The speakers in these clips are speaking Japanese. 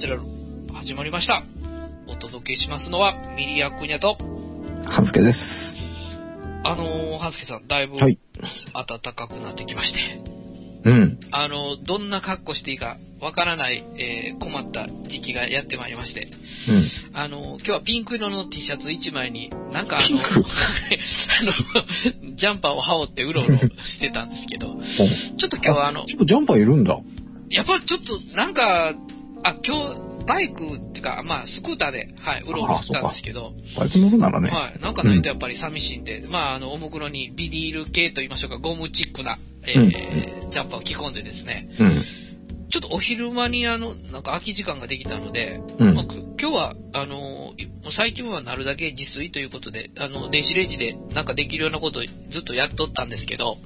チュラル、始まりました。お届けしますのは、ミリアクニャと、はずけです。あのー、はずけさん、だいぶは暖い。かくなってきまして、うん。あのー、どんな格好していいかわからない、えー困った時期がやってまいりまして、うん。あのー、今日はピンク色の T シャツ1枚に、なんかあピンの、ク あの、ジャンパーを羽織ってうろうろしてたんですけど、ちょっと今日はあの、おジャンパーいるんだ。やっぱりちょっとなんか、あ、今日、バイクっていうか、まあ、スクーターで、はい、うろうろしてたんですけど、バイク乗るならね。はい、なんかないとやっぱり寂しいんで、まあ、あの、おもくろにビニール系と言いましょうか、ゴムチックな、えーうんジャンパーを着込んでですね、うん。ちょっとお昼間にあの、なんか空き時間ができたので、うまあん。く今日は、あのー、い最近はなるだけ自炊ということで、あの、電子レンジでなんかできるようなことをずっとやっとったんですけど、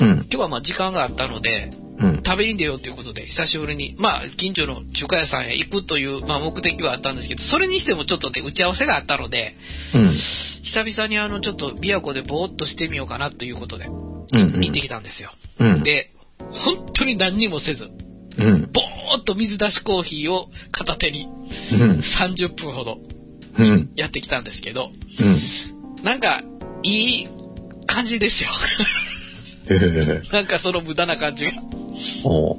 うん。今日はまあ時間があったので、うん。食べに出ようということで、久しぶりに、まあ、近所の中華屋さんへ行くという、まあ、目的はあったんですけど、それにしてもちょっとね、打ち合わせがあったので、うん。久々にあの、ちょっと、琵琶湖でぼーっとしてみようかなということで、行うん。ってきたんですよ。うん。で、本当に何にもせず、うん。ぼーっと水出しコーヒーを片手にうん。 30分ほどうん。やってきたんですけど、うん。なんか、いい感じですよ。 ええ。なんかその無駄な感じが。お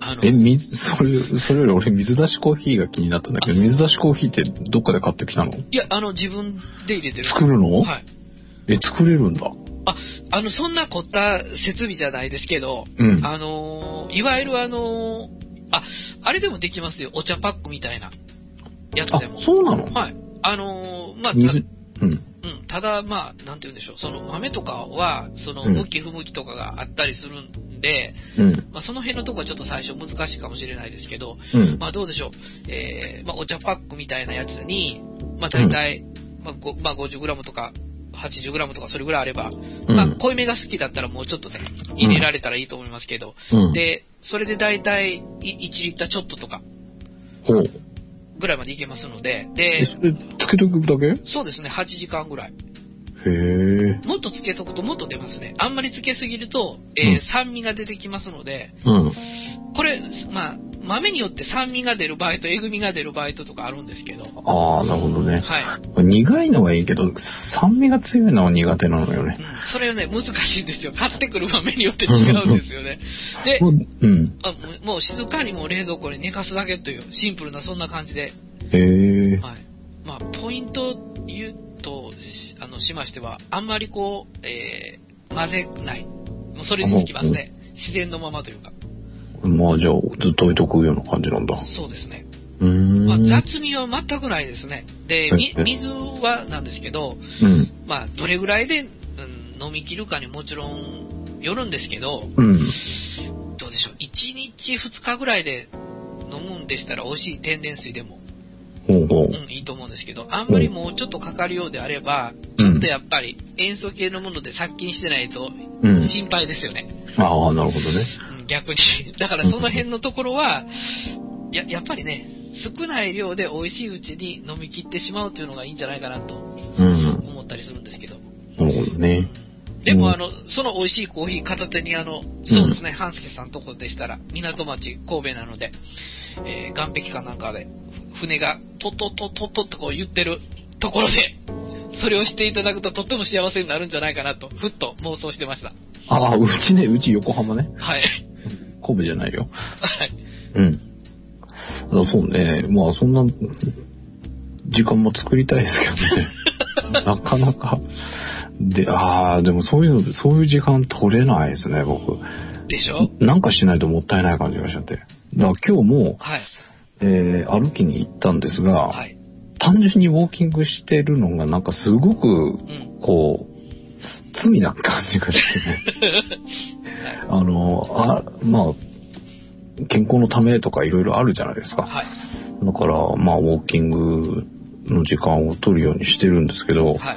あのえ、、水、それ、それより俺水出しコーヒーが気になったんだけど、水出しコーヒーってどっかで買ってきたのいや、あの、自分で入れてる。作るのはい。え、作れるんだ。あ、あの、そんな凝った設備じゃないですけど、うん。あのーいわゆるあのーあ、あれでもできますよ。お茶パックみたいなやつあでも、。そうなのはい。あのーまあ、た水、ううん。ん、ただ、まあ、なんて言うんでしょう。その豆とかは、その、うん向き不向きとかがあったりするんで、うん。まあ、その辺のとこはちょっと最初難しいかもしれないですけど、うん。まあ、どうでしょう。えー、まあ、お茶パックみたいなやつに、まあ、大体、まあ、ごまあ、50g とか、80g とかそれぐらいあれば、うんまあ、濃いめが好きだったらもうちょっとね、入れられたらいいと思いますけど、うん。で、それで大体1リッターちょっととかほう。ぐらいまでいけますので、え、で、それ、つけとくだけへそうですね、8時間ぐらい。え。もっとつけとくともっと出ますね。あんまりつけすぎると、えうーん酸味が出てきますので、うん。これ、まあ、豆によって酸味が出る場合とえぐみが出る場合ととかあるんですけど、ああ、なるほどね。はい。苦いのはいいけど、酸味が強いのは苦手なのよねう。んそれはね、難しいんですよ。買ってくる豆によって違うんですよね。で、もううん。あもうもう静かにもう冷蔵庫に寝かすだけという、シンプルなそんな感じで。へえ。はい。まあ、ポイントを言うと、しあの、しましては、あんまりこう、えー、混ぜない。もうそれにつきますね。自然のままというか。まあじゃあ、ずっと置いとくような感じなんだ。そうですね。うーん。まあ、雑味は全くないですね。で、み水はなんですけど、うん。まあ、どれぐらいで、うん飲み切るかにもちろんよるんですけど、うん。どうでしょう、1日2日ぐらいで飲むんでしたら、美味しい天然水でも、ほうほうう。ん、いいと思うんですけど、あんまりもうちょっとかかるようであれば、うちんょっとやっぱり塩素系のもので殺菌してないとうん。心配ですよね、ああ、なるほどね。うん、逆に。 だからその辺のところは、ややっぱりね、少ない量で美味しいうちに飲み切ってしまうというのがいいんじゃないかなとうん。思ったりするんですけど。なるほどね。でうも、んあの、その美味しいコーヒー片手に、あの、そうですね、半助さんとこでしたら、港町、神戸なので、えー岸壁かなんかで、ふ船が、とっとっとっとっとってこう言ってるところで、それをしていただくととっても幸せになるんじゃないかなと、ふっと妄想してました。ああ、うちね、うち横浜ね。はい。神戸じゃないよ。はい。うん。だそうね。まあそんな、時間も作りたいです けどね。なかなか。で、ああ、でもそういうの、そういう時間取れないですね、僕。でしょなんかしないともったいない感じがしちゃって。だから今日も、はい。えー歩きに行ったんですが、はい。単純にウォーキングしてるのがなんかすごく、うん。こう、罪な感じがしてね。 あの、あ、まあ、健康のためとかいろいろあるじゃないですか。はい。だから、まあ、ウォーキングの時間を取るようにしてるんですけど、はい。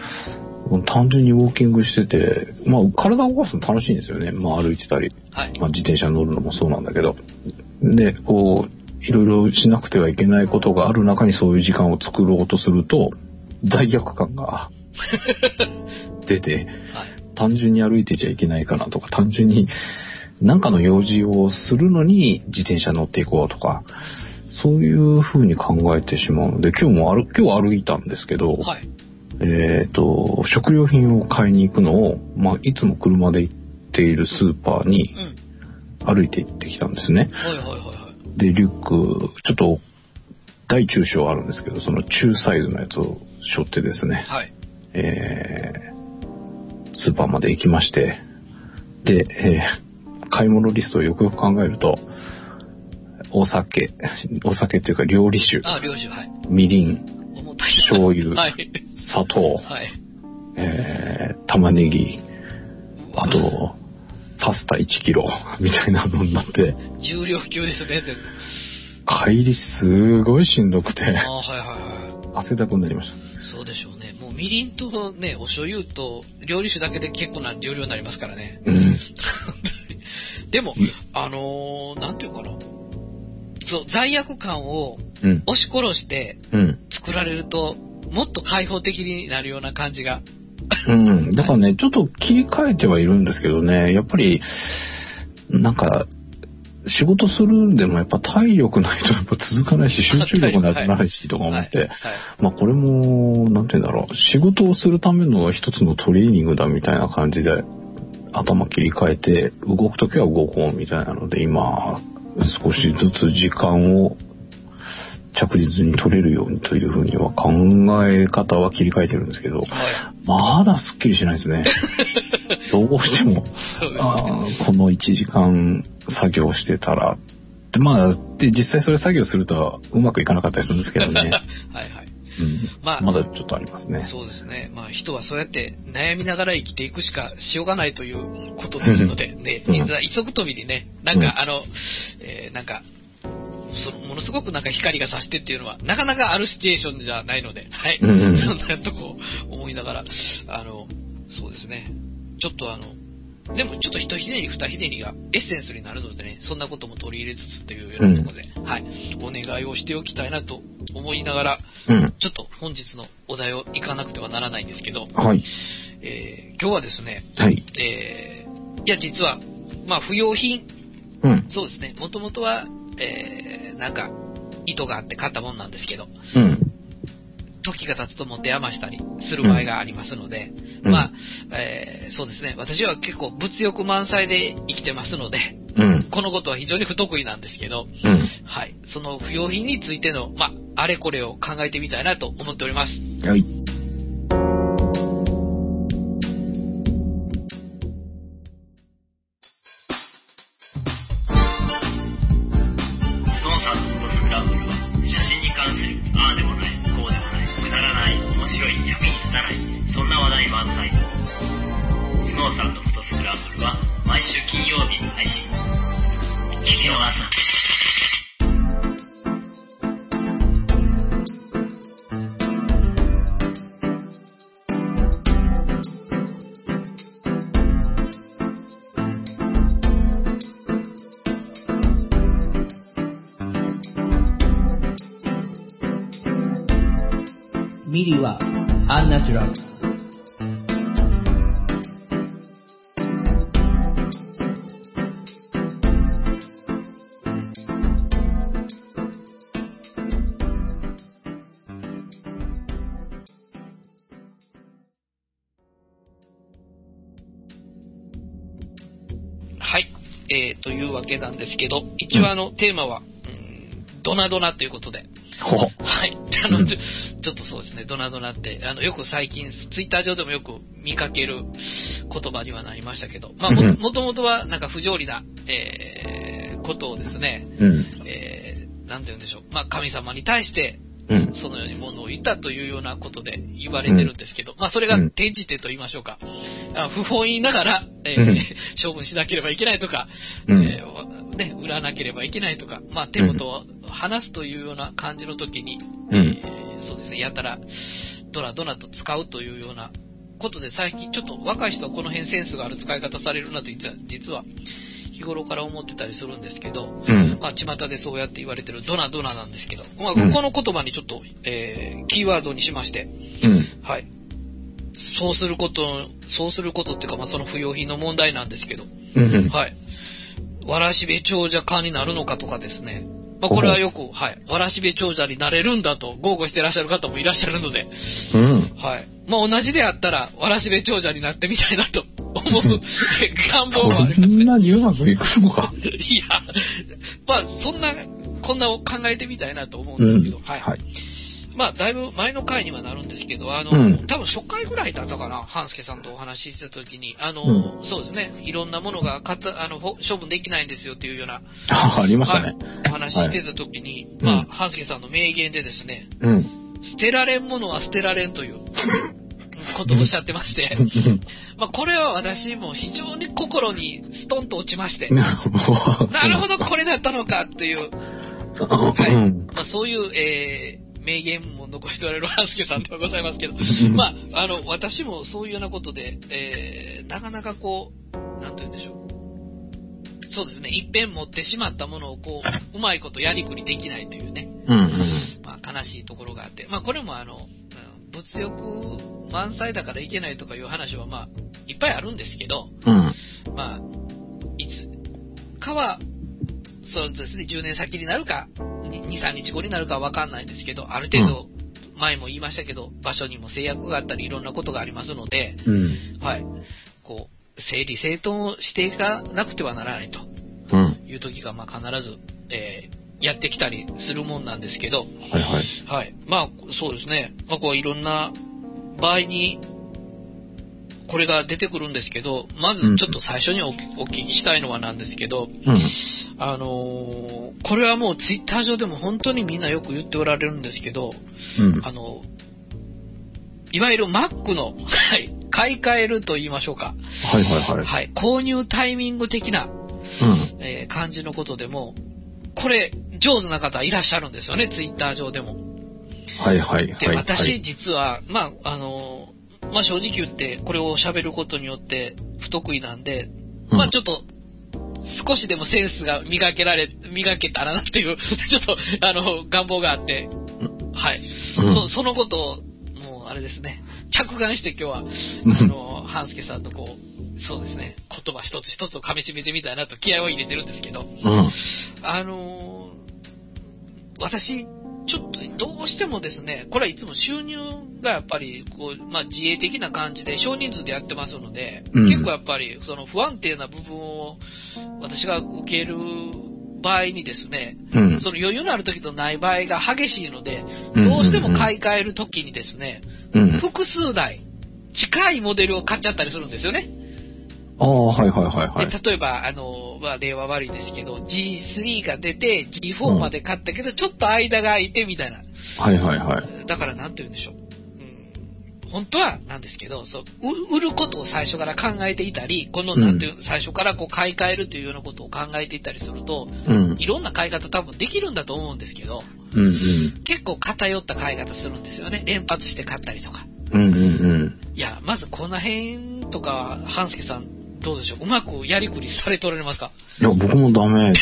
単純にウォーキングしてて、まあ、体を動かすの楽しいんですよね。まあ、歩いてたり、はい。まあ、自転車に乗るのもそうなんだけど。で、こう、いろいろしなくてはいけないことがある中にそういう時間を作ろうとすると、罪悪感が 出て、はい。単純に歩いてちゃいけないかなとか、単 純に何かの用事をするのに自転車乗っていこうとか、そういう風に考えてしまうので、今日も歩、今日歩いたんですけど、はい。えっ、と、食料品を買いに行くのを、まあ、いつも車で行っているスーパーにうん。歩いて行ってきたんですね。はいはいはいはい。で、リュック、ちょっと、大中小あるんですけど、その中サイズのやつを背負ってですね、はい。えー、スーパーまで行きまして、で、えー、買い物リストをよくよく考えると、お酒、お酒っていうか料理酒、あ、領収、はい。みりん、重たい。醤油はい。砂糖、はい。えー、玉ねぎ、あと、パスタ1キロみたいなのになって、重量級ですね、全部。帰りすごいしんどくて、ああー、はいはいはい。汗だくになりました。そうでしょうね。もうみりんとね、お醤油と料理酒だけで結構な重量になりますからね。うん。でもうん、あのー、なんていうかな。そう、罪悪感をうん。押し殺してうん。作られると、もっと開放的になるような感じが。うん。だからね、ちょっと切り替えてはいるんですけどね、やっぱり、なんか、仕事するんでもやっぱ体力ないとやっぱ続かない し、集中力ないとないしとか思はっい。て、はいまあこれも、なんて言うんだろう、仕事をするための一つのトレーニングだみたいな感じで、頭切り替えて、動くときは動こうみたいなので、今、少しずつ時間を着実に取れるようにというふうには考え方は切り替えてるんですけど、はい。まだすっきりしないで すね。どうしても、そうですね。あーこの1時間作業してたら、でまあ、で、実際それ作業するとうまくいかなかったりするんですけど ね。はいはい。うんまあまだちょっとありますね。そうですね。まあ人はそうやって悩みながら生きていくしかしようがないということですの で、ね、うんいざ一足飛びにね、なんうんかあの、えーなんか、そのものすごくなんか光が差してっていうのは、なかなかあるシチュエーションじゃないので、はい。うそんうんんなとこ思いながら、あの、そうですね。ちょっとあの、でもちょっと一ひねり二ひねりがエッセンスになるのでね、そんなことも取り入れつつというようなところで、はい、お願いをしておきたいなと思いながら、うん。ちょっと本日のお題をいかなくてはならないんですけど、はい。えー今日はですね、はい。えーいや、実は、まあ、不用品、うん。そうですね、もともとは、えーなんか、意図があって買ったもんなんですけど、うん。時が経つと持て余したりする場合がありますので、うんまあ、えーそうですね、私は結構物欲満載で生きてますので、うん。このことは非常に不得意なんですけど、うん。はい、その不用品についての、まあ、あれこれを考えてみたいなと思っております。はい。スノーさんのゴルフグラウンドには写真に関するああでもないこうでもないくだらない面白い役に立たないそんな話題満載スノーさんのフォトスクランブルは毎週金曜日に配信聞き逃すなミリはアンナチュラル。はい、えー、というわけなんですけど、一応あの、テーマは、うん、ドナドナということで、ほはい、あの、うんちょちょっとそうですね、ドナドナって、あの、よく最近、ツイッター上でもよく見かける言葉にはなりましたけど、まあ、もうんもともとはなんか不条理な、えー、ことをですね、うん。えー、なんて言うんでしょう、まあ、神様に対して、うん。そのようにものを言ったというようなことで言われてるんですけど、まあそれがうん転じてと言いましょうか、あ不本意ながら、えーうん処分しなければいけないとか、うんえーね、売らなければいけないとか、まあ手元を離すというような感じの時に、うん。えーそうですね、やたらドラドラと使うというようなことで、最近ちょっと若い人はこの辺センスがある使い方されるなと実は実は日頃から思ってたりするんですけど、うん。まあ、巷でそうやって言われてるドナドナなんですけど、まあ、うんここの言葉にちょっと、えーキーワードにしまして、うん。はい。そうすること、そうすることっていうか、まあ、その不要品の問題なんですけど、うん。はい。わらしべ長者化になるのかとかですね、まあ、これはよく、はい、わらしべ長者になれるんだと、豪語してらっしゃる方もいらっしゃるので、うん。はい。まあ、同じであったら、わらしべ長者になってみたいなと思 う願望もありそますねん。なにうまくいくのか。いや、まあ、そんな、こんなを考えてみたいなと思ううんですけど、ん。はい。はい。まあ、だいぶ前の回にはなるんですけど、あの、うん多分初回ぐらいだったかな、半助さんとお話ししてた時に、あの、うそうですね、いろんなものがかたあのほ処分できないんですよっていうような、あありましたね。はい、お話ししてた時に、いまうあ、ん半助さんの名言でですね、うん。捨てられんものは捨てられんという ことをおっしゃってまして、まあ、これは私も非常に心にストンと落ちまして、ななるほど、これだったのかっていう、は。はいうん。まあ、そういう、えー、名言も残しておられる半助さんではございますけど、まあ、あの、私もそういうようなことで、えー、なかなかこう、なんて言うんでしょう。そうですね、一遍持ってしまったものをこう、うまいことやりくりできないというね、うんうん。まあ、悲しいところがあって、まあ、これもあの、うん物欲満載だからいけないとかいう話は、まあ、いっぱいあるんですけど、うん。まあ、いつかは、そうですね、10年先になるか、2、3日後になるかわかんないんですけど、ある程度、前も言いましたけど、場所にも制約があったり、いろんなことがありますので、うん。はい、こう、整理整頓をしていかなくてはならないとうん。いう時が、まあ必ず、えーやってきたりするもんなんですけど、はいはい。はい。まあ、そうですね。まあ、こう、いろんな場合に、これが出てくるんですけど、まずちょっと最初におお聞きしたいのはなんですけど、うん。あのーこれはもうツイッター上でも本当にみんなよく言っておられるんですけど、うん。あのいわゆる Mac の、はい、買い替えると言いましょうか、はいはいはい。はい、購入タイミング的な、うん。えー感じのことでも、これ、上手な方いらっしゃるんですよね、ツイッター上でも。はいはいで、はい。私、実は、まあ、あの、まあ、正直言って、これを喋ることによって不得意なんで、まあ、ちょっと、少しでもセンスが磨けられ、磨けたらなっていう、 ちょっと、あの、願望があって、はい。うんそそのことを、もう、あれですね、着眼して今日は、うんあの、半助さんとこう、そうですね、言葉一つ一つを噛み締めてみたいなと気合を入れてるんですけど、うん。あのー私、ちょっとどうしてもですね、これはいつも収入がやっぱりこう、まあ、自営的な感じで少人数でやってますので、うん結構やっぱりその不安定な部分を私が受ける場合にですね、うん。その余裕のある時とない場合が激しいので、うんどうしても買い替える時にですね、うん。複数台、近いモデルを買っちゃったりするんですよね。ああ、はいはいはいはでい。例えば、あの、まあ、例は悪いですけど、G3 が出て、G4 まで買ったけど、ちょっと間が空いてみたいな。はいはいはい。だから、なんて言うんでしょう。うん、本当はなんですけど、そう、う売ることを最初から考えていたり、この、うんなんていう、最初からこう買い替えるというようなことを考えていたりすると、うん。いろんな買い方多分できるんだと思うんですけど、うん結構偏った買い方するんですよね。連発して買ったりとか。うん。うんうんいや、まずこの辺とか、半助さん、どうでしょううまくやりくりされておられますかうん。いや、僕もダ メ。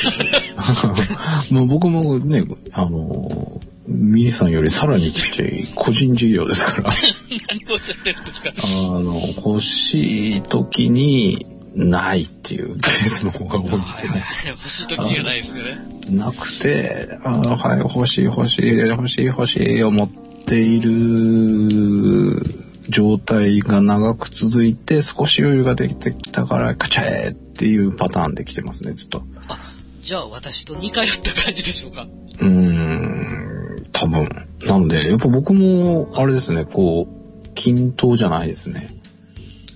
もう僕もね、あの、ミリさんよりさらにちっちゃい個人事業ですから。 何をおっしゃってるんですかあの、欲しい時にないっていうケースの方が多いですよね。欲しい時にはないですよね。なくて、あの、はい、欲しい欲しい、欲しい欲しいを持っている状態が長く続いて、少し余裕ができてきたから、カチャーっていうパターンで来てますね、ずっと。あ、じゃあ私と似通った感じでしょうか。うーん、多分。なので、やっぱ僕も、あれですね、こう、均等じゃないですね。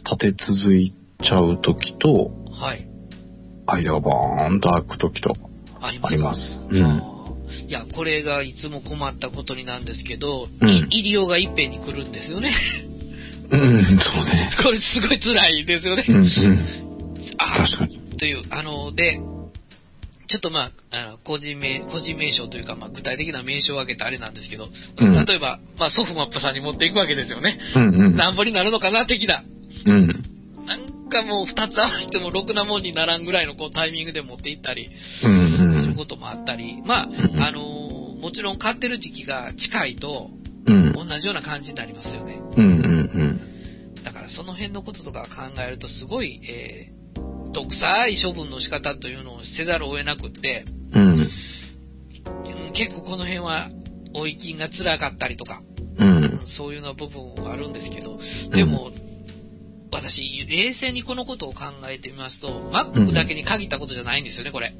立て続いちゃう時と、はい。間がバーンと開く時と、ありまあすりかます。うん。いや、これがいつも困ったことになんですけど、うんい入りようがいっぺんに来るんですよね。うん、そうね。これすごい辛いですよね。うん、うん。あ確かに。ーという、あの、で、ちょっとまあ、あの個人名、個人名称というか、まあ、具体的な名称を挙げてあれなんですけど、うん例えば、まあ、ソフマップさんに持っていくわけですよね。うん、うん。なんぼになるのかな、的な。うん。なんかもう二つ合わせてもろくなもんにならんぐらいのこうタイミングで持っていったりうするんこともあったり、まあ、んあのーもちろん買ってる時期が近いとうん。うん。同じような感じになりますよね。うん。うん。だからその辺のこととか考えるとすごい、えー、毒臭い処分の仕方というのをせざるを得なくって、うん。結構この辺は、追い金が辛かったりとか、うん。そういうような部分はあるんですけど、でも、私、冷静にこのことを考えてみますと、Mac だけに限ったことじゃないんですよね、これ。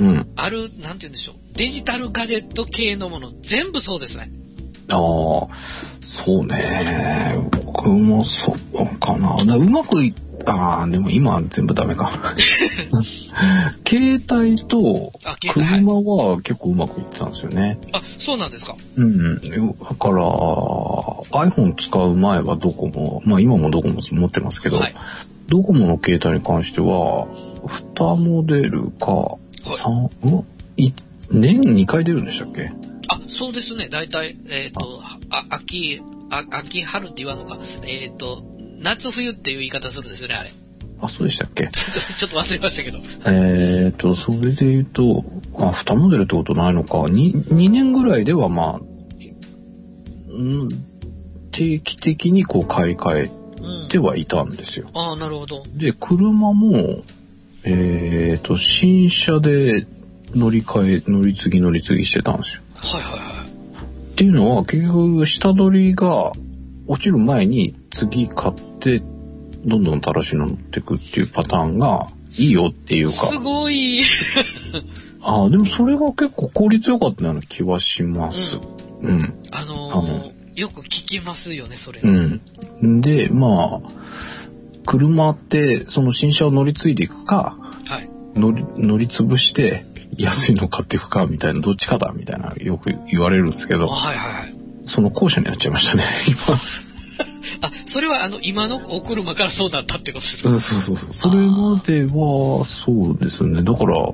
うん。ある、なんて言うんでしょう。デジタルガジェット系のもの、全部そうですね。ああ、そうね。僕もそうかな。だからうまくいああ、でも今は全部ダメ か。携帯とあ、携帯。はい車は結構うまくいってたんですよね。あ、そうなんですか。うん。だから、iPhone 使う前はドコモ、まあ今もドコモ持ってますけど、はい。ドコモの携帯に関しては、2モデルか、三うんい年2回出るんでしたっけあ、そうですね。大体、えっ、と、あ、秋、あ秋、春って言わんのか。えっ、と、夏冬っていう言い方するんですよね、あれ。 あ、そうでしたっけちょっと忘れましたけど。えーっと、それで言うと、あ、2モデルってことないのか、2, 2年ぐらいではまあ、うん定期的にこう買い替えうん。てはいたんですよ。ああ、なるほど。で、車も、えー、と、新車で乗り換え、乗り継ぎ乗り継ぎしてたんですよ。はいはいはい。っていうのは、結局、下取りが落ちる前に次買って、どんどん新しいの乗ってくっていうパターンが、いいよっていうすか、ごい。 ああ、でもそれが結構効率良かったような気はします。うん、あのーあのよく聞きますよね、それ。うん。で、まあ、車って、その新車を乗り継いでいくか、はい。乗り乗り潰して安いの買っていくかみたいなどっちかだみたいなよく言われるんですけあどはいはいはい。その後者になっちゃいましたね 今あ、それはあの、今のお車からそうだったってことですか、うんそうそうそうそれまではそうですねだから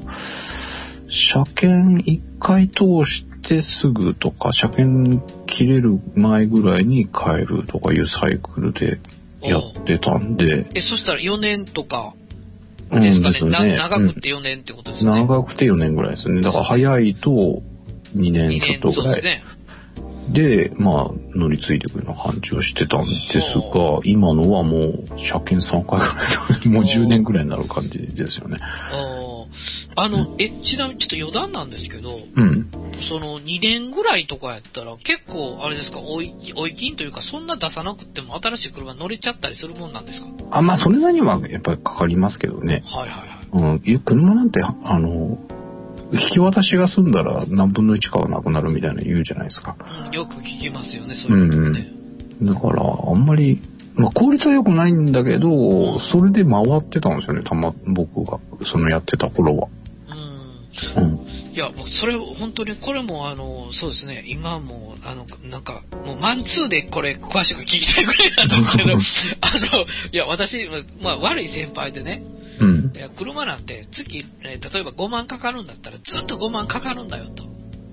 車検1回通してすぐとか車検切れる前ぐらいに変えるとかいうサイクルでやってたんでえ、そしたら4年とかうんですかでね。すよなね長くって4年ってことでうすんね。長くて4年ぐらいですねだから早いと2年2ち年ょっとそうぐらでいすね。で、まあ、乗り継いでくるような感じをしてたんですが、今のはもう、車検3回ぐらいだ、もう10年ぐらいになる感じですよね。あーあの、え、ちなみにちょっと余談なんですけど、うん。その2年ぐらいとかやったら結構あれですか、追い、追い金というかそんな出さなくても新しい車乗れちゃったりするもんなんですかあ、まあ、それなりにはやっぱりかかりますけどね。はいはいはい。うん。いや車なんて、あの、引き渡しが済んだら何分の1かはなくなるみたいなの言うじゃないですか。うん、よく聞きますよね、そういうことね。だから、あんまり、まあ、効率は良くないんだけど、それで回ってたんですよね、たま、僕が、そのやってた頃は。うん。うん。いや、僕、それ、本当に、これも、あの、そうですね、今も、あの、なんか、もう、マンツーでこれ、詳しく聞きたいぐらいなんですけ ど、あの、いや、私、まあ、悪い先輩でね、うんい。や、車なんて、月、えー例えば5万かかるんだったら、ずっと5万かかるんだよ、と。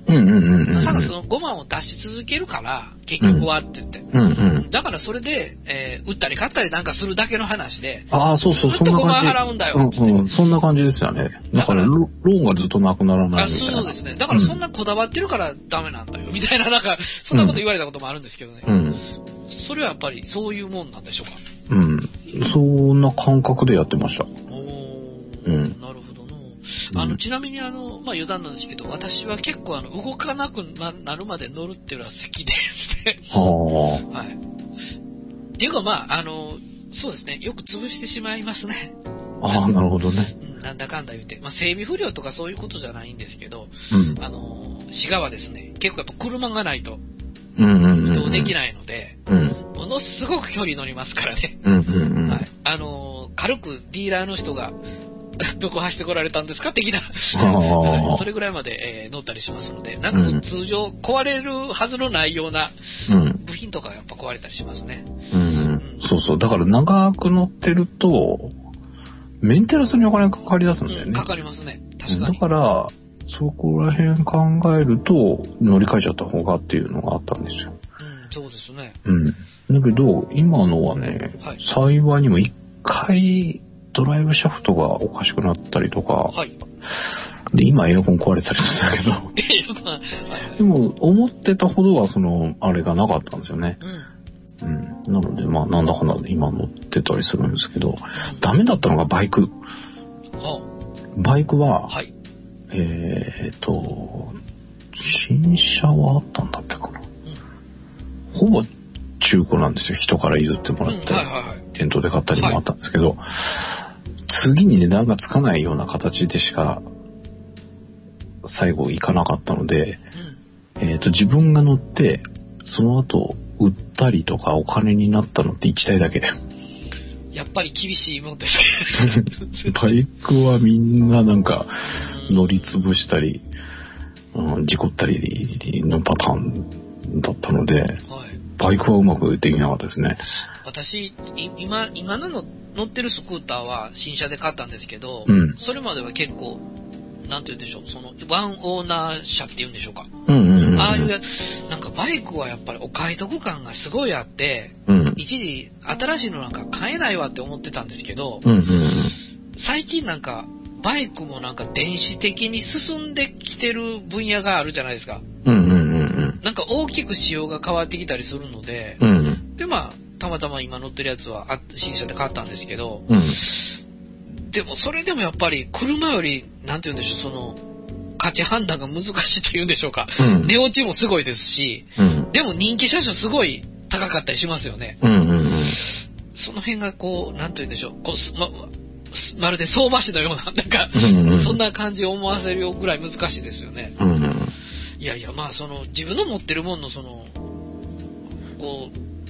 うんうんうんうん、うん。ただ、その5万を出し続けるから、結局は、って言って。うんうん。だから、それで、えー売ったり買ったりなんかするだけの話で、ああ、そうそう、ずっそとんな5万感払うんだじ。よ、つってうんうん、そんな感じですよね。だから、ロローンがずっとなくならなあいみたいそうなで。すね。だからそんなこだわってるからダメなんだよ、みたいな、なんか、そんなこと言われたこともあるんですけどね。うん。それはやっぱりそういうもんなんでしょうか。うん。そんな感覚でやってました。おー、うんなるほどの。うんあの、ちなみにあの、まあ余談なんですけど、私は結構あの、動かなくななるまで乗るっていうのは好きです ね。はあ。はい。っていうかまあ、あの、そうですね。よく潰してしまいますね。ああ、なるほどね。うん、なんだかんだ言って。まあ、整備不良とかそういうことじゃないんですけど、うん。あの、滋賀はですね、結構やっぱ車がないとうんうんうん、うん。移動できい。ないので、うん。ものすごく距離乗りますからね。うんうんうん。はい。あのー軽くディーラーの人が、 どこ走ってこられたんですか的な、ああそれぐらいまで、えー乗ったりしますので、なんかもう通常壊れるはずのないようなうん。部品とかがやっぱ壊れたりしますね。うん。そうそう。だから、長く乗ってると、メンテナンスにお金かかり出すんだようね。ん、かかりますね。う確んかだに。から、そこら辺考えると、乗り換えちゃった方がっていうのがあったんですうよ。ん、そうですね。うん。だけど、今のはね、はい幸いにも一回ドライブシャフトがおかしくなったりとか、はい。 で、今エアコン壊れたりしたんだけど、え、よくないはいはいでも思ってたほどはその、あれがなかったんですよね。うん。うん。なので、まあ、なんだかんだで今乗ってたりするんですけど、ダメだったのがバイク。うんバイクあは、はい。えーっと、新車はあったんだっけかな。ほぼ中古なんですよ。人から譲ってもうん。らっはいたはいはい。り、店頭で買ったりもあったんですけど、次に値段がつかないような形でしか、最後行かなかったので、うえっ、と、自分が乗って、その後、売ったりとかお金になったのって1台だけ。ん。やっぱり厳しいもんです けバイクはみんななんか、ど。乗り潰したり、うん、事故ったりのパターンだったので、はい。バイクはうまくできなかったですね。私、い今、今のの乗ってるスクーターは新車で買ったんですけど、うん。それまでは結構、なんて言うんでしょう、その、ワンオーナー車って言うんでしょうか。うんうんうん。ああいうや、なんかバイクはやっぱりお買い得感がすごいあって、うん。一時、新しいのなんか買えないわって思ってたんですけど、うんうん最近なんか、バイクもなんか電子的に進んできてる分野があるじゃないですか。うん。うんうんうんなんか大きく仕様が変わってきたりするので、うん。うんでまあ、たまたま今乗ってるやつはあ新車で買ったんですけど、うん。でもそれでもやっぱり車より、なんて言うんでしょう、その、価値判断が難しいと言うんでしょうか。うん。値落ちもすごいですし、うん。でも人気車種すごい高かったりしますよね。うんうんうん。その辺がこう、なんて言うんでしょう、こうすま、すまるで相場師のような、なんか、うんうん。そんな感じを思わせるよぐらい難しいですよね。うんうん。いやいや、まあその、自分の持ってるもんのその、こ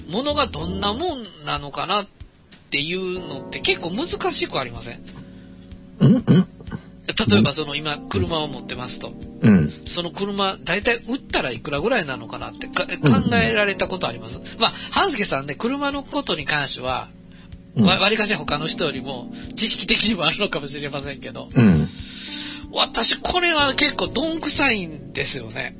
う、ものがどんなもんなのかなっていうのって結構難しくありませんうんうん例えばその今車を持ってますと、うん。その車大体売ったらいくらぐらいなのかなってかん考えられたことあります、まあ、半助さんね、車のことに関しては、うんわりかし他の人よりも知識的にもあるのかもしれませんけど、うん。私これは結構どんくさいんですよね。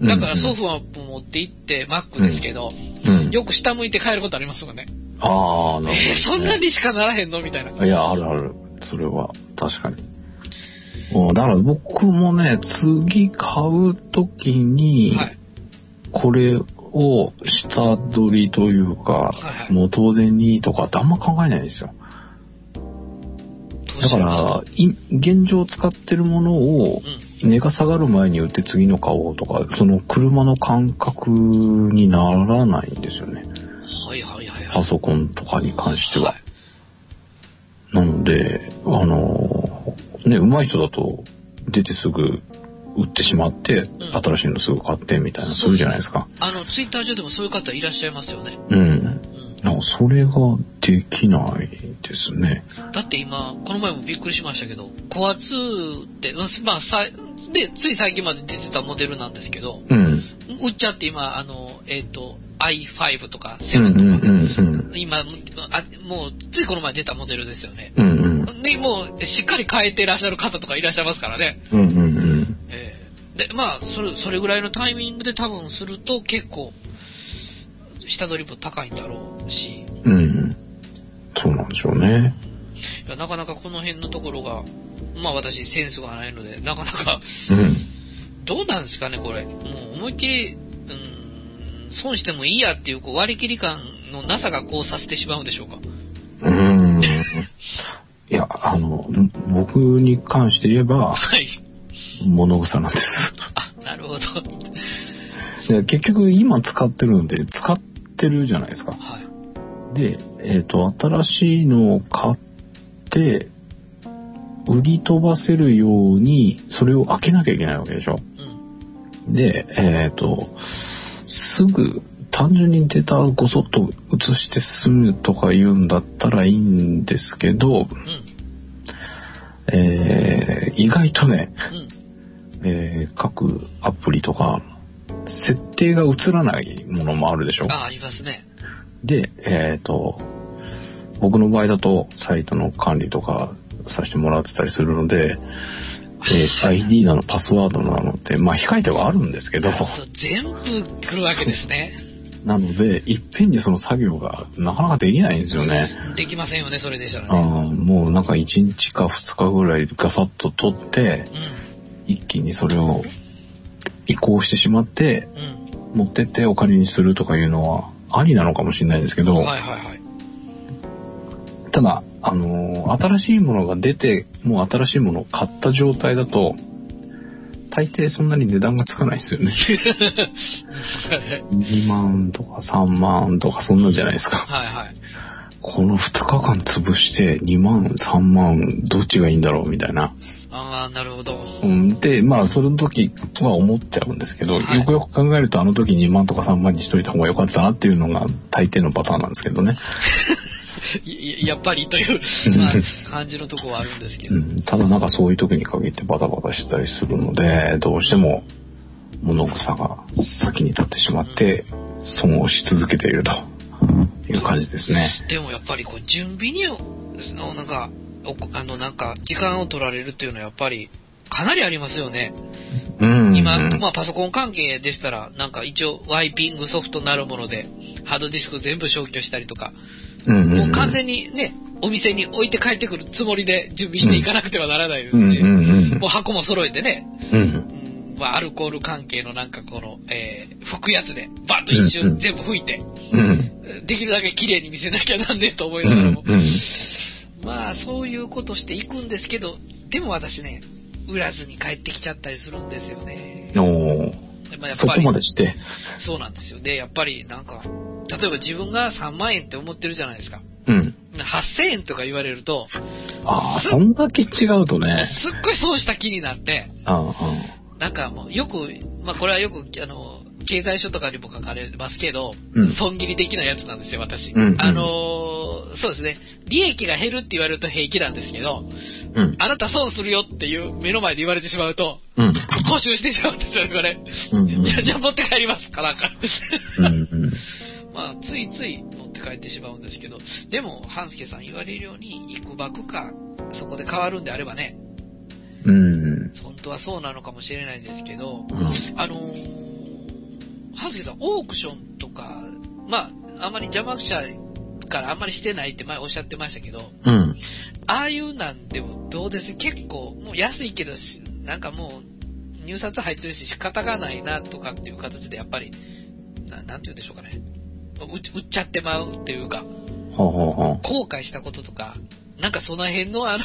だからソファーも持って行って、マックですけど、うん。よく下向いて帰ることありますもんね。ああ、なるえーほそど、んなにしかならへんのみたいな。いや、あるある。それは、確かに。うんだから僕もね、次買うときに、はい。これを下取りというかはいは、い元手にとかってあんま考えないんですよ。どうだしかましたら、い現状使ってるものをう、ん。値が下がる前に売って次の買おうとか、その車の感覚にならないんですよね。はいはいはいはい。パソコンとかに関しては。はいなので、あのーね、上手い人だと、出てすぐ売ってしまって、ん新しいのすぐ買ってみたいな、すそうですねるじゃないですか。あの、ツイッター上でもそういう方いらっしゃいますよね。うん。うんなんかそれができないですね。だって今、この前もびっくりしましたけど、コア2って、うんまあ、さいで、つい最近まで出てたモデルなんですけど、うん。売っちゃって今、あの、えっ、と、i5 とかうん7とか、うん今あ、もう、ついこの前出たモデルですよね。うん。うんうん。で、もう、しっかり変えてらっしゃる方とかいらっしゃいますからね。うんうんうん。えーで、まあ、それ、それぐらいのタイミングで多分すると結構、下取りも高いんだろうし、うん。そうなんでしょうね。いやなかなかこの辺のところが、まあ私センスがないので、なかなか、うん。どうなんですかね、これ。もう思いっきり、うーん、損してもいいやっていうこう割り切り感のなさがこうさせてしまうんでしょうか。うん。いや、あの、僕に関して言えば、はい。物臭なんです。あ、なるほど。はいや結局今使ってるので、使ってるじゃないですか。い。で、えっ、と、新しいのを買って、売り飛ばせるように、それを開けなきゃいけないわけでしょ。うん。で、えっ、と、すぐ、単純にデータをごそっと移して済むとか言うんだったらいいんですけど、うん。えー意外とね、うん。えー各アプリとか、設定が映らないものもあるでしょ。あ、ありますね。で、えっ、と、僕の場合だと、サイトの管理とかさせてもらってたりするので、えー ID なの、パスワードなのって、まあ、控えてはあるんですけど、全部来るわけですね。なので、いっぺんにその作業がなかなかできないんですよね。できませんよね、それでしたらあね。ーもうなんか1日か2日ぐらいガサッと取って、うん。一気にそれを移行してしまって、うん。持ってってお金にするとかいうのは、ありなのかもしれないんですけど、はいはいはい。ただ、あのー新しいものが出て、もう新しいものを買った状態だと、大抵そんなに値段がつかないですよね。2万とか3万とかそんなんじゃないですか。はいはい。この2日間潰して2万、3万、どっちがいいんだろうみたいな。ああ、なるほど。うん、で、まあ、その時は思っちゃうんですけど、はいよくよく考えると、あの時2万とか3万にしといた方が良かったなっていうのが大抵のパターンなんですけどね。いいやっぱりと いう、うんまあ、感じのとこはあるんですけど。うん、ただなんかそういう時に限ってバタバタしたりするので、どうしても物草が先に立ってしまって、損をし続けているという感じですね。でもやっぱりこう、準備に、その、なんか、おこあの、なんか、時間を取られるっていうのはやっぱり、かなりありますよね。うん。今、まあ、パソコン関係でしたら、なんか一応、ワイピングソフトなるもので、ハードディスク全部消去したりとか、うんうんうん、もう完全にね、お店に置いて帰ってくるつもりで準備していかなくてはならないですうんし、うんもう箱も揃えてね、うん。うん。うんまあ、アルコール関係のなんかこの、えー、拭くやつで、バッと一うんう瞬ん全部拭いて、うん。できるだけ綺麗に見せなきゃなんねえと思いうんながらも、うん。まあ、そういうことしていくんですけど、でも私ね、売らずに帰ってきちゃったりするんですよね。おーまあ、やっそぱこりま、でして。そうなんですよ。で、やっぱりなんか、例えば自分が3万円って思ってるじゃないですか。うん。 8000円とか言われると、すああ、そんだけ違うとね。っごい損した気になって、ああ、なんかもうよく、まあこれはよく、あの、経済書とかにも書かれますけど、うん損切り的なやつなんですよ、私。うんうんあのーそうですね、利益が減るって言われると平気なんですけど、うん。あなた損するよっていう目の前で言われてしまうと、うん。講習してしまうんですよね、これ。うん。いや、じゃあ持って帰りますかなんか。 うん。うん。まあ、ついつい持って帰ってしまうんですけど、でも、半助さん言われるように、いくばくか、そこで変わるんであればね、うん。本当はそうなのかもしれないですけど、うんあのー、半助さん、オークションとか、まあ、あまり邪魔者からあんまりしてないって前おっしゃってましたけど、うん。ああいうなんでもどうです結構、もう安いけどし、なんかもう、入札入ってるし仕方がないなとかっていう形で、やっぱり、ななんて言うんでしょうかね。売っ売っちゃってまうっていうか、はあ、はあはあ、後悔したこととか、なんかその辺の あの、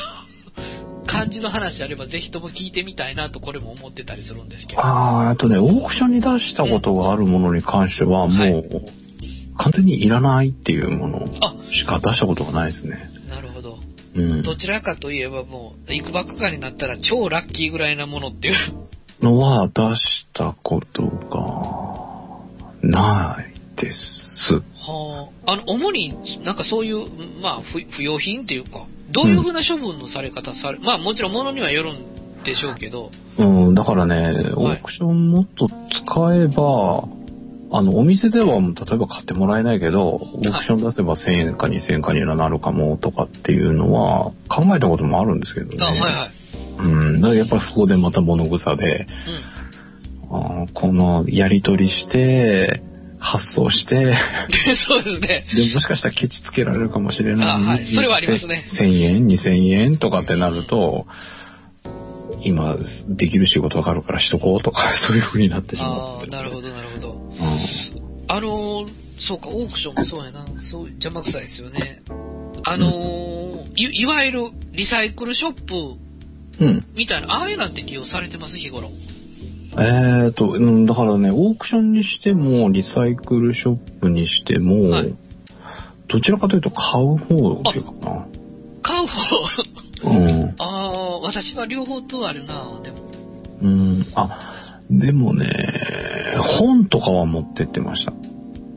感じの話あればぜひとも聞いてみたいなとこれも思ってたりするんですけど。あーあとね、オークションに出したことがあるものに関しては、んもう、はい完全にいらないっていうものあしか出したことがないですね。なるほど。うん。どちらかといえばもう、行くばっかになったら超ラッキーぐらいなものっていう。のは出したことがないです。はあ、あの、主になんかそういう、まあ、不不用品っていうか、どういうふうな処分のされ方され、まあもちろん物にはよるんでしょうけど、うん、だからね、オークションもっと使えば、あの、お店では、例えば買ってもらえないけど、オークション出せば1000円か2000円かになるかもとかっていうのは考えたこともあるんですけどね。あはいはい。うん、だからやっぱりそこでまた物草で、 あーこのやり取りして、発送して、 うん。そうですね。で、もしかしたらケチつけられるかもしれない。あはいそれはありますね1000円、2000円とかってなると、今できる仕事わかるからしとこうとか、 そういう風になってしまう。ああ、なるほどなるほど。うあのーそうか、オークションもそうやな。そう、邪魔くさいですよね。あのーい、いわゆるリサイクルショップん。うん。みたいな、ああいうなんて利用されてます、日頃。えーと、うんだからね、オークションにしても、リサイクルショップにしても、はいどちらかというと買う方っていうかな。買う方。 うん。ああ、私は両方とあるな、でも。うん。あ、でもね、本とかは持ってってました。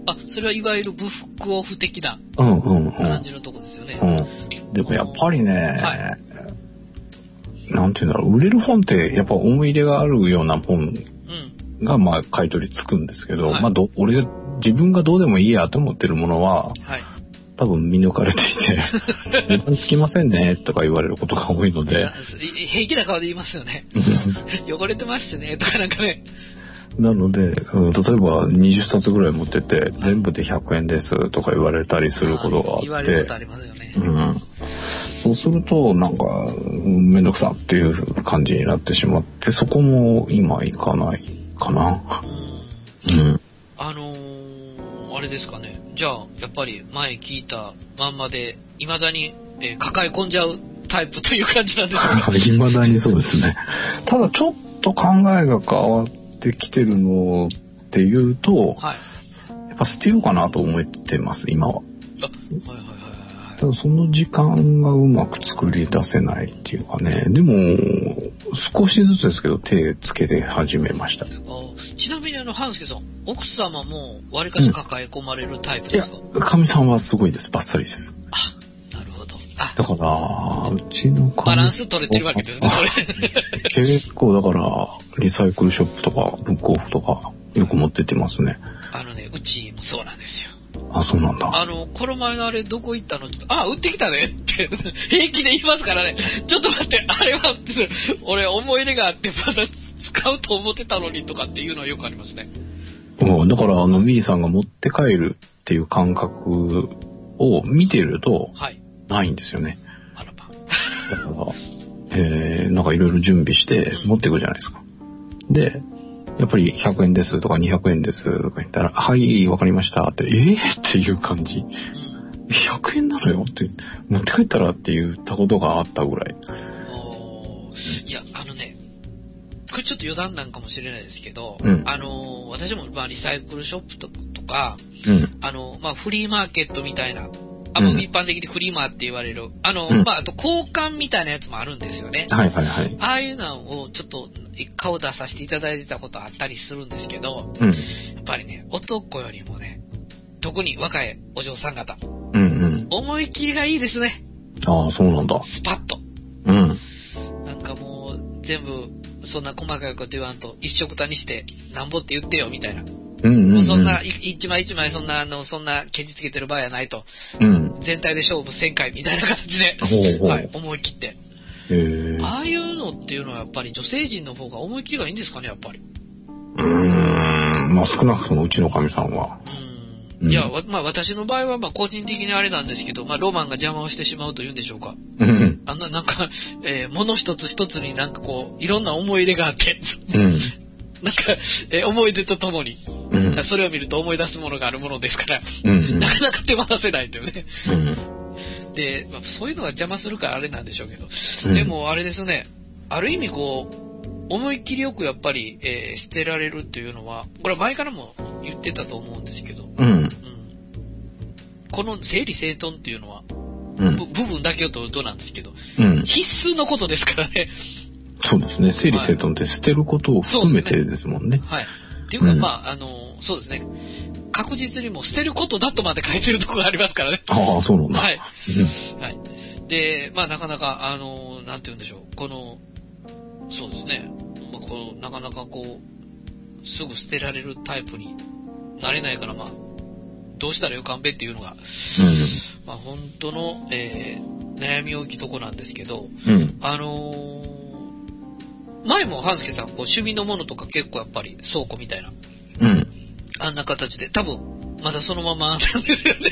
あ、それはいわゆるブックオフ的なうんうんうん。感じのとこですよね。うん。でもやっぱりね、はなんていうんだろう、売れる本ってやっぱ思い入れがあるような本うん。がまあ買い取りつくんですけど、はいまあど、俺が自分がどうでもいいやと思ってるものは、はい。多分見抜かれていて、値段つきませんねとか言われることが多いの で、い平気な顔で言いますよね。 汚れてますしね、とかなんかね。なので、うん例えば20冊ぐらい持ってて、全部で100円ですとか言われたりすることがああっーて、言われることありますよねう。んそうすると、なんか、うんめんどくさっていう感じになってしまって、そこも今行かないかな。うん。 うん。あのー、あれですかね。じゃあ、やっぱり前聞いたまんまで、未だに、えー抱え込んじゃうタイプという感じなんですが。いまだにそうですね。ただちょっと考えが変わってきてるのっていうと、はい。やっぱ捨てようかなと思ってます、今は。あはいはいはいはい。ただその時間がうまく作り出せないっていうかね。でも、少しずつですけど手つけて始めました。いあちなみにあの、半助さん、奥様も割かし抱え込まれるタイプでやすか、、かみさんはすごいです。バッサリです。あ、なるほど。あ、だから、うちのかみバランス取れてるわけですね、それ。結構だから、リサイクルショップとか、ブックオフとか、よく持ってってますね。あのね、うちもそうなんですよ。あ、そうなんだ。あの、この前のあれどこ行ったのちょっと、あ、売ってきたねって、 平気で言いますからね。ちょっと待って、あれは、俺思い入れがあって、まだ使うと思ってたのにとかっていうのはよくありますね。うん、だから、あの、ミーさんが持って帰るっていう感覚を見てると、はい。ないんですよね。あらば。だから、えー、なんかいろいろ準備して持っていくじゃないですか。で、やっぱり100円ですとか200円ですとか言ったら、はい、わかりましたって、えー、っていう感じ。うん100円なのよって、持って帰ったらって言ったことがあったぐらい。おーいや、あのね、これちょっと余談なんかもしれないですけど、うんあのー、私も、まあ、リサイクルショップととか、うん。あの、まあ、フリーマーケットみたいな、あの、うん一般的にフリーマーって言われる、あの、うんまあ、あと交換みたいなやつもあるんですよね。はいはいはい。ああいうのをちょっと顔出させていただいてたことあったりするんですけど、うん。やっぱりね、男よりもね、特に若いお嬢さん方、うんうん。思い切りがいいですね。ああ、そうなんだ。スパッと。うん。なんかもう、全部、そんな細かいこと言わんと、一色たにして、なんぼって言ってよ、みたいな。うんうん、うん。もうそんな、い一枚一枚、そんな、あの、そんな、ケチつけてる場合やないと、うん。全体で勝負1000回みたいな形で、ほうほう。はい、思い切って。へえ。ああいうのっていうのはやっぱり女性陣の方が思い切りがいいんですかね、やっぱり。うーん。まあ少なくともうちのかみさんは。うん。いや、わまあ私の場合は、まあ個人的にあれなんですけど、まあロマンが邪魔をしてしまうというんでしょうか。うん。あんな、なんか、 えー物一つ一つになんかこう、いろんな思い入れがあって、 うん。なんか、えー思い出とともに、うん。それを見ると思い出すものがあるものですから、うんなかなか手放せないというね。うん。で、まあ、そういうのが邪魔するからあれなんでしょうけど、うんでもあれですね、ある意味こう、思いっきりよくやっぱり、えー捨てられるっていうのは、これは前からも言ってたと思うんですけど、うん。うん、この整理整頓っていうのは、うぶん。部分だけを取るとなんですけど、うん。必須のことですからね。そうですね。整理整頓って捨てることを含めてですもんね。はい。っていうか、うんまあ、あの、そうですね。確実にもう捨てることだとまで書いてるところがありますからね。ああ、そうなんだ。はい。うん。はい。で、まあ、なかなか、あの、なんて言うんでしょう、この、そうですね、まあ、このなかなかこう、すぐ捨てられるタイプになれないから、まあ、どうしたらよかんべっていうのが、まあ、本当の、えー悩み大きいとこなんですけど、うん。うん。あのー前も半助さん、こう趣味のものとか結構やっぱり倉庫みたいな、うん。あんな形で、多分、まだそのままなんです よね。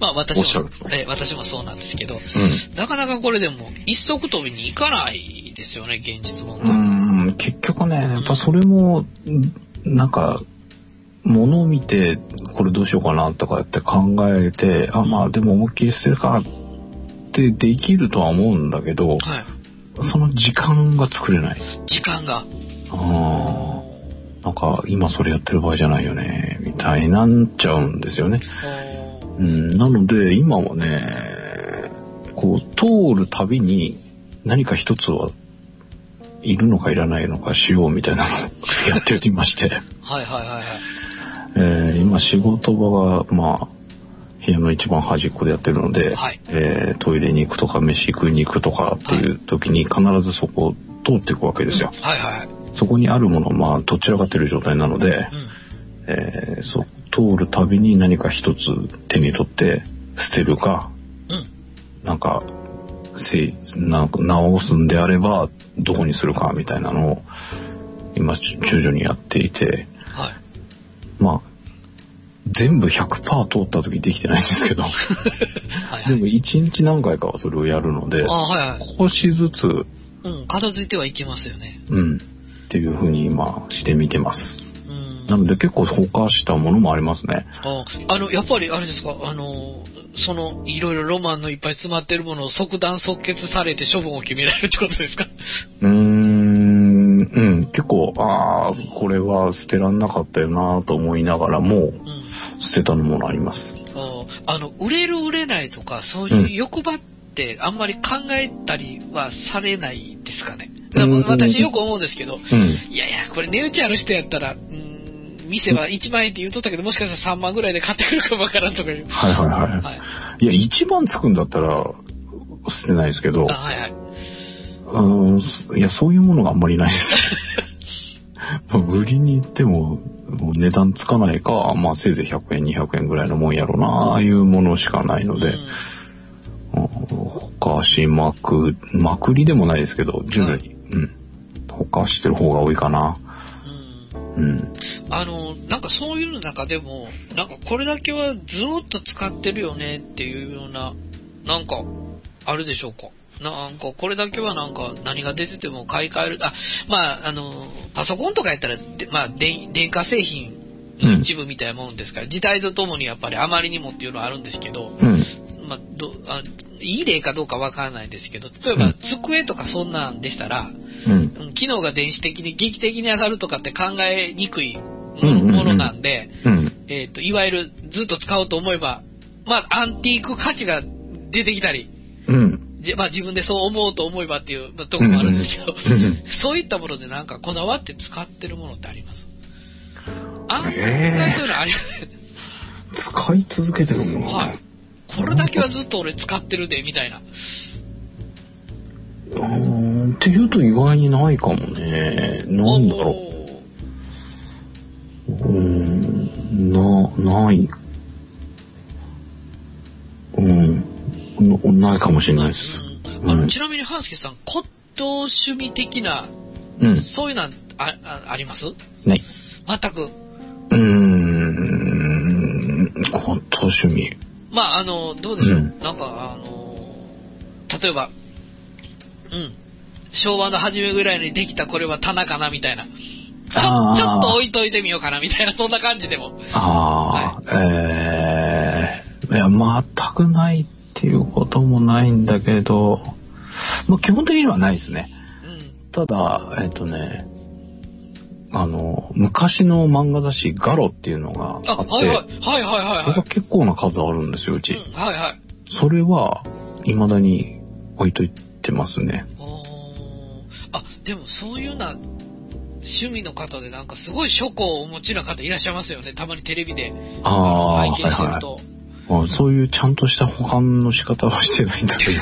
まあ私おっしゃるも通、りえ私もそうなんですけど、うん。なかなかこれでも一足飛びにいかないですよね、現実問う題。ん、結局ね、やっぱそれも、うんなんか、物を見て、これどうしようかなとかって考えて、あ、まあでも思いっきり捨てるかってできるとは思うんだけど、はい。その時間が作れない。時間が。あーなんか、今それやってる場合じゃないよね、みたいになんちゃうんですよね。おーうん、なので、今はね、こう、通るたびに何か一つはいるのかいらないのかしようみたいなのを やっておりま して、はいはいはいはい。えー今仕事場が、まあ、部屋の一番端っこでやってるので、はいえートイレに行くとか飯食いに行くとかっていう時に必ずそこを通っていくわけですよ。はいはいはい。そこにあるもの、まあ、どちらかってる状態なので、えーそう、通るたびに何か一つ手に取って捨てるか、うん。うん。なんか、せな直すんであれば、どこにするかみたいなのを、今、ちゅ徐々にやっていて、はい。まあ、全部100%通った時できてないんですけど、はいはでい。も1日何回かはそれをやるので、あはいはい。少しずつ、うん。片付いてはいけますよね。うん、っていう風に今してみてます。うん。なので結構透過したものもありますね。ああの、やっぱりあれですか、あの、その、いろいろロマンのいっぱい詰まってるものを即断即決されて処分を決められるってこと ですかうーん、うん、結構、ああ、これは捨てらんなかったよなと思いながらもう、ん。捨てたものあります。そうあの、売れる売れないとか、そういううん欲張ってあんまり考えたりはされないですかね。うんうんうん私よく思うんですけど、うん。いやいや、これ値打ちある人やったら、うーん、店は1万円って言うとったけど、もしかしたら3万ぐらいで買ってくるかもわからんとかいう。はいはいはい。はい。いや、一番つくんだったら、捨てないですけど、あ、はいはい。うん、すいや、そういうものがあんまりない です。売りに行っても、もう値段つかないか、まあせいぜい100円、200円ぐらいのもんやろな、ああいうものしかないので、うんうん他しまく、まくりでもないですけど、純はい粋に、うん。他してる方が多いかな。うんうん。あの、なんかそういうの中でも、なんかこれだけはずーっと使ってるよねっていうような、なんか、あるでしょうか。なんかこれだけはなんか何が出てても買い替える、あ、まあ、あの、パソコンとかやったら、でまあ、電電化製品の一部みたいなもんですから、時代とともにやっぱりあまりにもっていうのはあるんですけど、うん。まあ、どあいい例かどうかわからないですけど、例えば机とかそんなんでしたら、うん。うん機能が電子的に劇的に上がるとかって考えにくいもうんうんうんものなんで、うん。えっといわゆるずっと使おうと思えば、まあ、アンティーク価値が出てきたり、うん。じまあ、自分でそう思うと思えばっていう、まあ、とこもあるんですけど、うんうん そういったものでなんかこだわって使ってるものってありますあんまりえーそういうのありません使い続けてるものはいね。これだけはずっと俺使ってるで、みたいな。うーん。っていうと意外にないかもね。なんだろう。うーん。な、ない。うん。なないかもしれないです。うんあうのんちなみに、半助さん、骨董趣味的な、うん。そういうのはああありますない。全く。うーん。今年見。まあ、あの、どうでしょう。うんなんか、あの、例えば、うん。昭和の初めぐらいにできたこれは棚かなみたいな。ちょあーちょっと置いといてみようかなみたいな、そんな感じでも。ああ、ええいや、全くないっていうこともないんだけど、まあ、基本的にはないですね。うん。ただ、えっ、とね、あの、昔の漫画雑誌ガロっていうのがあ、あって、はいはい。はいはいはいこはれがい。結構な数あるんですよ、うち。うん、はいはい。それは、未だに置いといてますね。おーあ、でもそういうような趣味の方でなんかすごい書庫をお持ちな方いらっしゃいますよね。たまにテレビでああ、はい拝見してるはと。いあ。そういうちゃんとした保管の仕方はしてないんだけ ど。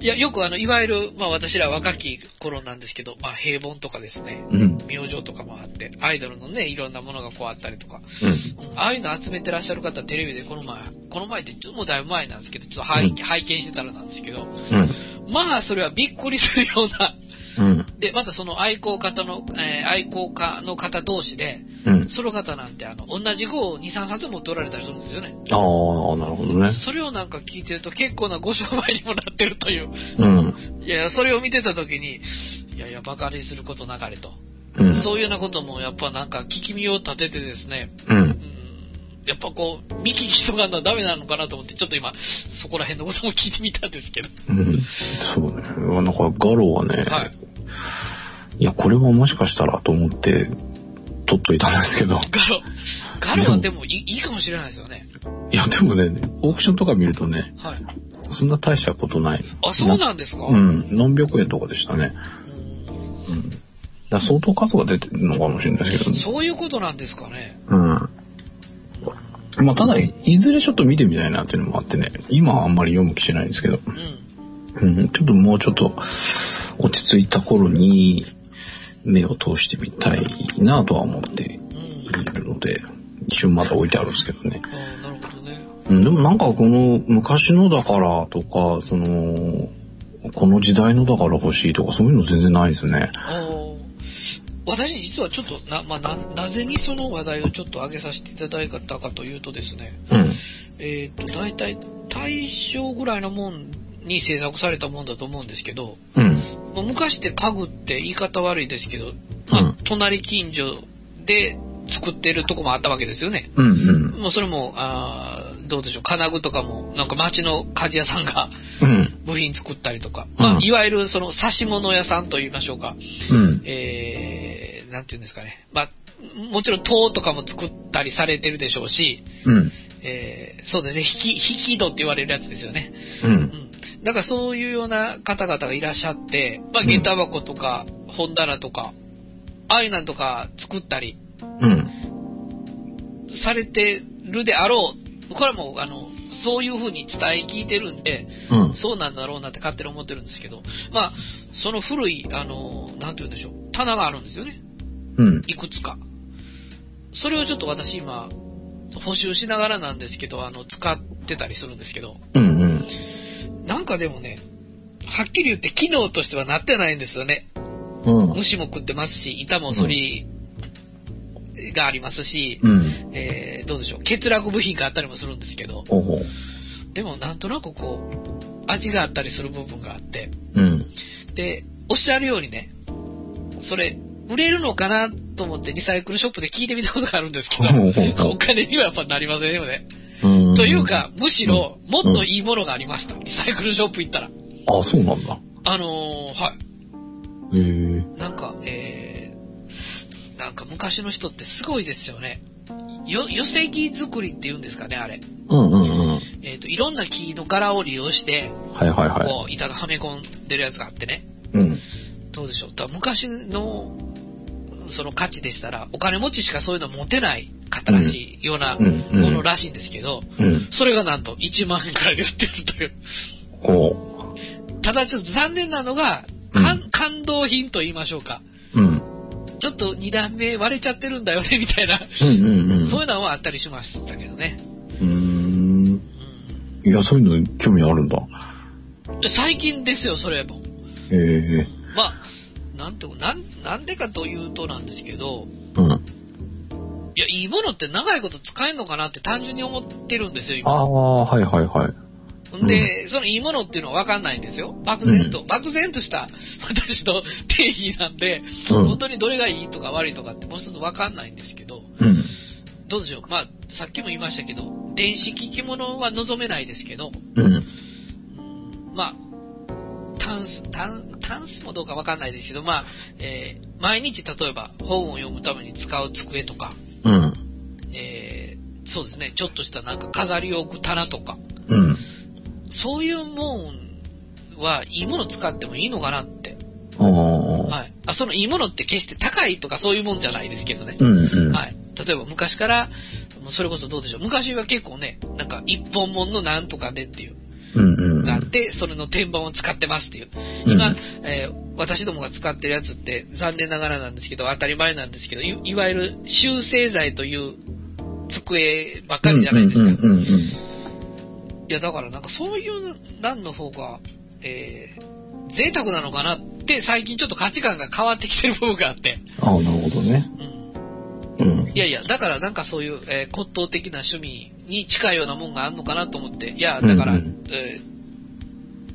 いや、よくあの、いわゆる、まあ私ら若き頃なんですけど、まあ平凡とかですね、うん、明星とかもあって、アイドルのね、いろんなものがこうあったりとか、うん、ああいうの集めてらっしゃる方、テレビでこの前、この前ってちょっともうだいぶ前なんですけど、ちょっと拝,、うん拝見してたらなんですけど、うん、まあそれはびっくりするような、うん、で、またその愛好家との、えー愛好家の方同士で、うん。その方なんてあの、同じ号を2、3冊持っておられたりするんですよね。ああ、なるほどね。それをなんか聞いてると結構なご商売にもなってるという。うん。いや、それを見てた時に、いやいや、バカにすることなかれと。うん。そういうようなことも、やっぱなんか、聞き身を立ててですね、うん。うんやっぱこう、見聞きしとかんのダメなのかなと思って、ちょっと今、そこら辺のことも聞いてみたんですけど。うん。そうね。なんか、ガロはね、はいい、や、これはもしかしたらと思って、取っといたんですけど。ガロ。ガロはででもいい、いいかもしれないですよね。いや、でもね、オークションとか見るとね、はい。そんな大したことない。あ、そうなんですか、うん。何百円とかでしたね。うんうん。だから相当数が出てるのかもしれないですけど、ね、そういうことなんですかね。うん。まあ、ただ、いずれちょっと見てみたいなっていうのもあってね、今はあんまり読む気しないんですけど。うん。うん、ちょっともうちょっと落ち着いた頃に目を通してみたいなとは思ってうん。いるので、一応まだ置いてあるんですけどねあ。ーなるほどね。うん、でもなんかこの昔のだからとか、その、この時代のだから欲しいとかそういうの全然ないですね。あの私実はちょっとな、まあ、な、なぜにその話題をちょっと上げさせていただいたかというとですね、うん。えっ、と、大体大正ぐらいのもんに制作されたもんだと思うんですけど、うん。まあ昔って家具って言い方悪いですけど、まあうん隣近所で作ってるとこもあったわけですよね。うんもうそれも、あーどうでしょう、金具とかも、なんか町の鍛冶屋さんが うん。部品作ったりとか、まあう、んいわゆるその刺物屋さんと言いましょうか、うん。えー、なんていうんですかね、まあ、もちろん塔とかも作ったりされてるでしょうし、うん。えー、そうですね、引き、引き戸って言われるやつですよね。う。うんん。だからそういうような方々がいらっしゃって、まあ、下駄箱とか、本棚とか、ああいうなんとか作ったり、うん。されてるであろう。これはもう、あの、そういう風に伝え聞いてるんで、うん。そうなんだろうなって勝手に思ってるんですけど、まあ、その古い、あの、なんて言うんでしょう、棚があるんですよね。うん。いくつか。それをちょっと私今、補修しながらなんですけど、あの、使ってたりするんですけど、うん。うん。なんかでもね、はっきり言って機能としてはなってないんですよね。うん。虫も食ってますし、板もそりがありますし、うん。えー、どうでしょう、欠落部品があったりもするんですけど、ほうほう。でもなんとなくこう、味があったりする部分があって、うん。で、おっしゃるようにね、それ、売れるのかなと思ってリサイクルショップで聞いてみたことがあるんですけほうほうほど、うお金にはやっぱなりませんよね。うん。というか、むしろ、もっといいものがありました。リサイクルショップ行ったら。あ、そうなんだ。あのー、はい。へえ。なんか、えー、なんか昔の人ってすごいですよね。よ、寄せ木作りって言うんですかね、あれ。うんうんうん。えっ、と、いろんな木の柄を利用して、はいはいはこう、板がはめ込んでるやつがあってね。い。うん。どうでしょう。だから昔の、その価値でしたら、お金持ちしかそういうの持てない方らしいようなうんうんものらしいんですけど、うん。それがなんと1万円くらいで売ってるという。 ほただちょっと残念なのが、うん感感動品と言いましょうか。う。うん。ちょっと2段目割れちゃってるんだよね、みたいな。うんうんうん。そういうのはあったりしましたけどね。うーん。ういや、そういうの興味あるんだ。ん、最近ですよ、それも。へえ。まあ、なんてなん、なんでかというとなんですけど、うん。いや、いいものって長いこと使えんのかなって単純に思ってるんですよ、あ今。あ、はいはいはい。んで、そのいいものっていうのは分かんないんですよ。漠然と、漠然とした私の定義なんで、うん本当にどれがいいとか悪いとかってもう一つ分かんないんですけど、うん。どうでしょう。まあ、さっきも言いましたけど、電子機器物は望めないですけど、うん。まあ、タンス、タン、タンスもどうかわかんないですけど、まあ、えー毎日例えば本を読むために使う机とか、うん。えーそうですね、ちょっとしたなんか飾りを置く棚とか、うん。そういうもんはいいもの使ってもいいのかなって。ああ。はい。あ、そのいいものって決して高いとかそういうもんじゃないですけどねう。んうん。はい。例えば昔から、もうそれこそどうでしょう。昔は結構ね、なんか一本物のなんとかでっていう。うんうん。があって、それの天板を使ってますっていう。うん今、えー私どもが使ってるやつって残念ながらなんですけど、当たり前なんですけど、いいわゆる修正剤という机ばっかりじゃないですか。うんうんうんいや、だからなんかそういう欄の方が、えー贅沢なのかなって最近ちょっと価値観が変わってきてる部分があって。ああ、なるほどね。うんうんい。やいや、だからなんかそういう、えー骨董的な趣味に近いようなもんがあるのかなと思って、いや、だから、うんうんえー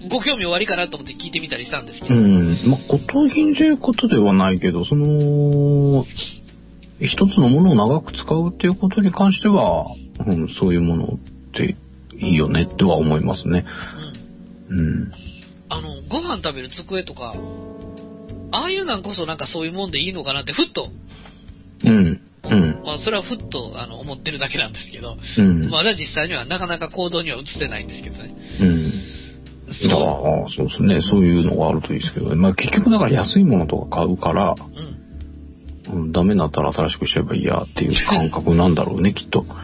ご興味おありかなと思って聞いてみたりしたんですけうど、ん。まあ、骨董品ということではないけど、その、一つのものを長く使うっていうことに関しては、うん、そういうものっていいよねっては思いますね。うんうん。あの、ご飯食べる机とか、ああいうなんこそなんかそういうもんでいいのかなって、ふっと、うん。うん。まあ、それはふっとあの思ってるだけなんですけど、うん。まだ実際にはなかなか行動には移せないんですけどね。うん。そだからう。ああそうですね。そういうのがあるといいですけどね。まあ、結局だから安いものとか買うから、うん。うん、ダメになったら新しくしちゃえばいいやっていう感覚なんだろうね、きっと。そうなんで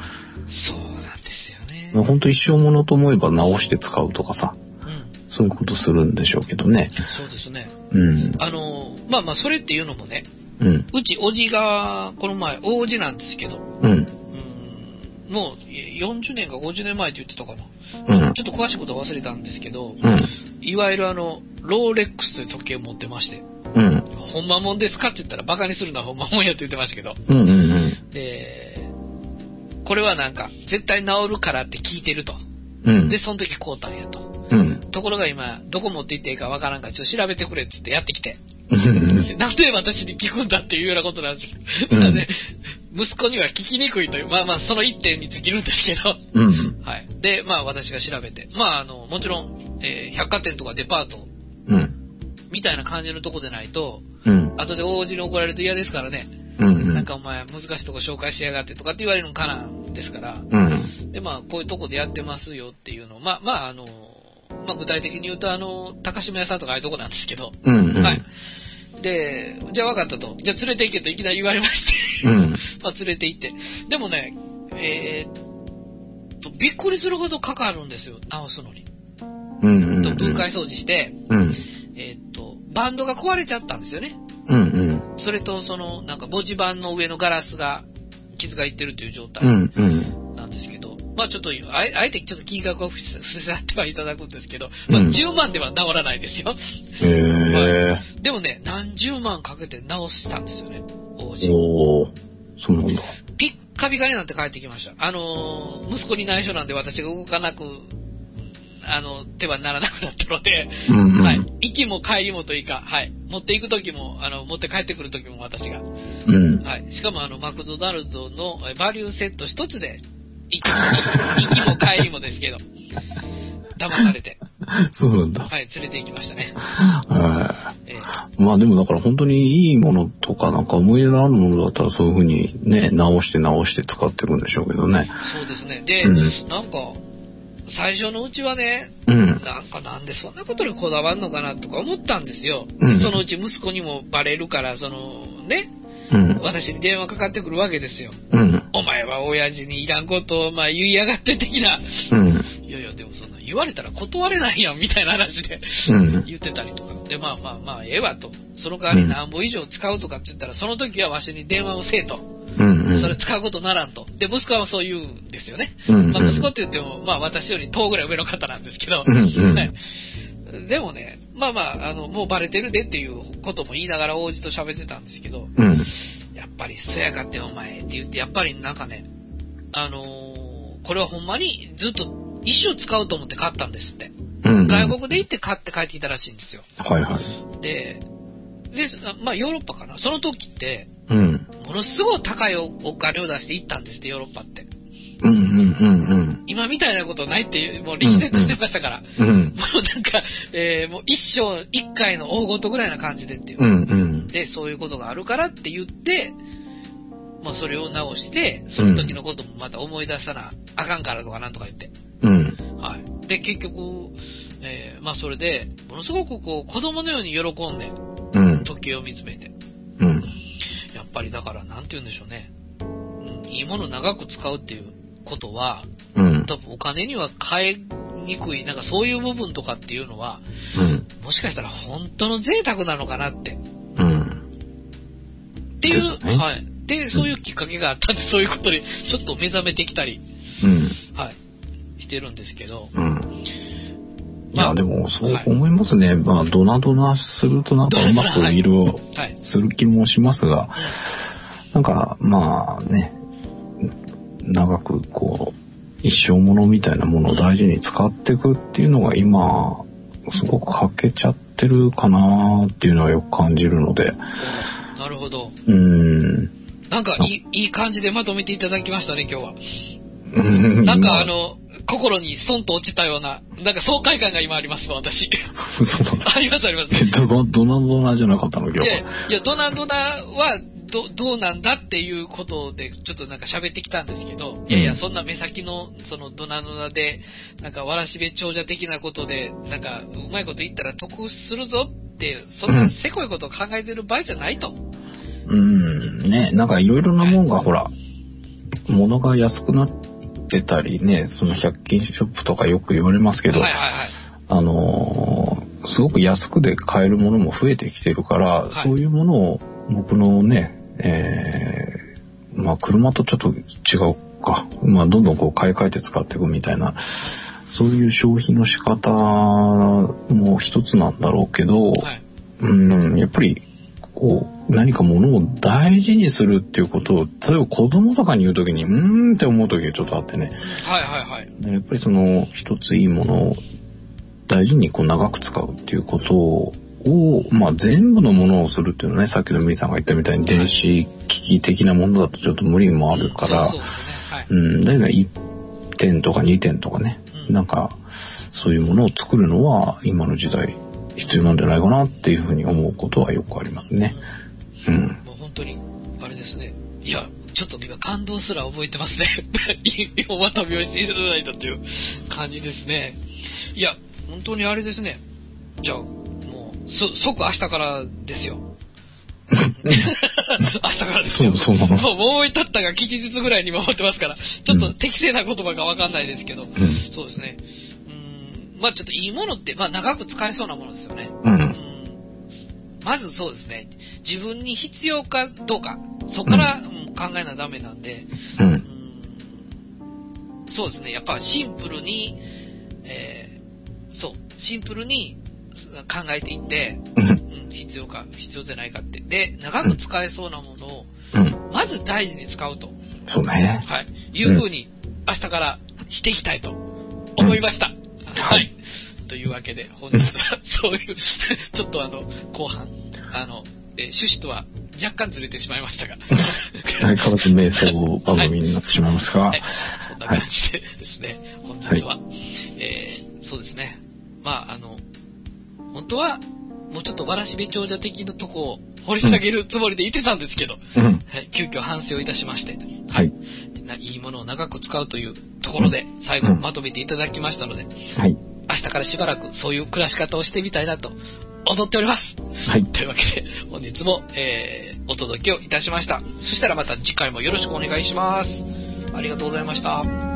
すよね。ほんと一生ものと思えば直して使うとかさ、うん。そういうことするんでしょうけどね。そうですね。うん。あの、まあまあ、それっていうのもね、うん。うち、おじが、この前、大叔父なんですけど、うん。うん、もう40年か50年前って言ってたかうな。んちょっと詳しいことは忘れたんですけど、うん。いわゆるあの、ローレックスという時計を持ってまして、うん。ほんまもんですかって言ったらバカにするのはほんまもんやって言ってましたけど、うん。うん。で、これはなんか、絶対治るからって聞いてると。うん。で、その時こうたんやと。うん。ところが今、どこ持って行っていいかわからんから、ちょっと調べてくれってってやってきて。うん。なんで私に聞くんだっていうようなことなんですけうど、んなんで、息子には聞きにくいという、まあまあその一点に尽きるんですけど、うん。はい。で、まあ私が調べて、まああの、もちろん、えー百貨店とかデパートうん。みたいな感じのとこじゃないと、うん。後で王子に怒られると嫌ですからね、うん。うん。なんかお前難しいとこ紹介しやがってとかって言われるのかなんですから、うん。でまあこういうとこでやってますよっていうのを、まあまああの、まあ具体的に言うとあの、高島屋さんとかああいうとこなんですけど、うん。うん。はい。で、じゃあ分かったと。じゃあ連れて行けといきなり言われまして。 うん。まあ、連れて行って。でもね、えーっと、びっくりするほどかかるんですよ、直すのに。うん。うん。と分解掃除して、うん。えーっと、バンドが壊れちゃったんですよね。うん。うん。それと、その、なんか、墓地板の上のガラスが、傷がいってるという状態うん。うん。なんですけど、まあちょっと、あえあえてちょっと金額を伏せ伏せさってはいただくんですけど、まあうん10万では治らないですよ。えでもね、何十万かけて直したんですよね、王え。子。おお。そうなんだ。ピッカピカになって帰ってきました。あのー息子に内緒なんで私が動かなく、あの、手はならなくなったので、うん。うん。はい。行きも帰りもというか、はい。持って行く時も、あの、持って帰ってくる時も私が。うん。はい。しかもあの、マクドナルドのえバリューセット一つで、 行きも、行きも帰りもですけど、騙されて、そうなんだ。はい、連れて行きましたね。はえい。まあでもだから本当にいいものとかなんか思い出のあるものだったらそういうふうにね、直して直して使っていくんでしょうけどね。ーそうですね。で、うんなんか、最初のうちはね、うん。なんかなんでそんなことにこだわるのかなとか思ったんですよ。うんそのうち息子にもバレるから、そのね、うん。私に電話かかってくるわけですよ。うん。お前は親父にいらんことをまあ言いやがって的な。うん。いやいや、でもそんな言われたら断れないやんみたいな話でうん。言ってたりとか。で、まあまあまあ、ええわと。その代わり何本以上使うとかって言ったら、その時はわしに電話をせえと。うん。うん。それ使うことならんと。で、息子はそう言うんですよね。うんまあ、息子って言っても、まあ、私より10ぐらい上の方なんですけど、うんうんはいでもね、まあまあ、あの、もうバレてるでっていうことも言いながら王子と喋ってたんですけど、うん。やっぱり、そやかってお前って言って、やっぱりなんかね、あのーこれはほんまにずっと一生使うと思って買ったんですって。うん。外国で行って買って帰ってきたらしいんですよ。はいはい。で、で、まあヨーロッパかな。その時って、うん。ものすごい高いおお金を出して行ったんですって、ヨーロッパって。うんうん今みたいなことないっていう、もう力説してましたから。うんうん。うん。もうなんか、えーもう一生一回の大ごとぐらいな感じでっていう。うんうん。で、そういうことがあるからって言って、まあそれを直して、その時のこともまた思い出さなあかんからとかなんとか言って。うん。はい。で、結局、えーまあそれで、ものすごくこう、子供のように喜んで、うん。時計を見つめて。うん。やっぱりだから、なんて言うんでしょうね。うんいいもの長く使うっていうことは、うん。多分お金には変えにくい、なんかそういう部分とかっていうのは、うん。もしかしたら本当の贅沢なのかなって。うん。っていうです、ねはい。で、そういうきっかけがあったんで、そういうことにちょっと目覚めてきたり、うん。はい、してるんですけど。うん。いまや、あでも、そうはい思いますね。まあ、ドナドナするとなんかうまく色はい。する気もしますが、なんか、まあね、長くこう、一生ものみたいなものを大事に使っていくっていうのが今、すごく欠けちゃってるかなっていうのはよく感じるので、なるほど。うん。なんかいい、いい感じでまとめていただきましたね、今日は。ななんかあ、の、心にストンと落ちたような、なんか爽快感が今あります、私。 そう なんだ。あります、あります。えど、ど、ドナドナじゃなかったのい今日やは。、いや、ドナドナは、ど、どうなんだっていうことで、ちょっとなんか喋ってきたんですけど、いやいや、そんな目先の、その、ドナドナで、なんか、わらしべ長者的なことで、なんか、うまいこと言ったら得するぞって、そんうなんせこいことを考えてる場合じゃないと。うん、ね、なんかいろいろなもんがほら、物が安くなってたりね、その100均ショップとかよく言われますけど、はいはいはい。あのーすごく安くで買えるものも増えてきてるから、はいそういうものを僕のね、えーまあ車とちょっと違うか、まあどんどんこう買い替えて使っていくみたいな、そういう消費の仕方も一つなんだろうけど、はい。うん、やっぱり、こう、何か物を大事にするっていうことを、例えば子供とかに言うときに、うーんって思うときがちょっとあってね。はいはいはい。やっぱりその、一ついいものを大事にこう長く使うっていうことを、まあ全部のものをするっていうのはね、さっきのミーさんが言ったみたいに電子機器的なものだとちょっと無理もあるから、そうそうですね。はい。うん、だから一点とか2点とかね、うんなんかそういうものを作るのは今の時代必要なんじゃないかなっていうふうに思うことはよくありますね。うん。もう本当に、あれですね。いや、ちょっと今感動すら覚えてますね。 今また病していただいたという感じですね。いや、本当にあれですね。じゃあ、もう、そ、即明日からです よ。明日からですそう、よ。そうなの。そう、思い立ったが吉日ぐらいに守ってますから、ちょっうとん適正な言葉かわかんないですけど、うん。そうですね。うーん、まあちょっといいものって、まあ長く使えそうなものですよね。う。うんんまずそうですね、自分に必要かどうか、そこから、うん考えなダメなんで、う。うんんそうですね、やっぱシンプルに、えーそう、シンプルにす考えていって、うん。うん必要か、必要じゃないかって。で、長く使えそうなものを、うん。まず大事に使うと、はそうね。い、いうふうに、明日からしていきたいと思いました。はい。というわけで、本日 はそういう、ちょっとあの、後半、あの、えー趣旨とは若干ずれてしまいましたが、相変わらず瞑想番組になってしまいますが、はい、そんな感じでですね、本日は、えーそうですね、まあ、あの、本当は、もうちょっとわらしべ長者的なとこを掘り下げるつもりで言ってたんですけど、うん。はい、急遽反省をいたしまして、はい。ないいものを長く使うというところで、最後うんまとめていただきましたので、はい。明日からしばらくそういう暮らし方をしてみたいなと思っております。はい。というわけで、本日も、えーお届けをいたしました。そしたらまた次回もよろしくお願いします。ありがとうございました。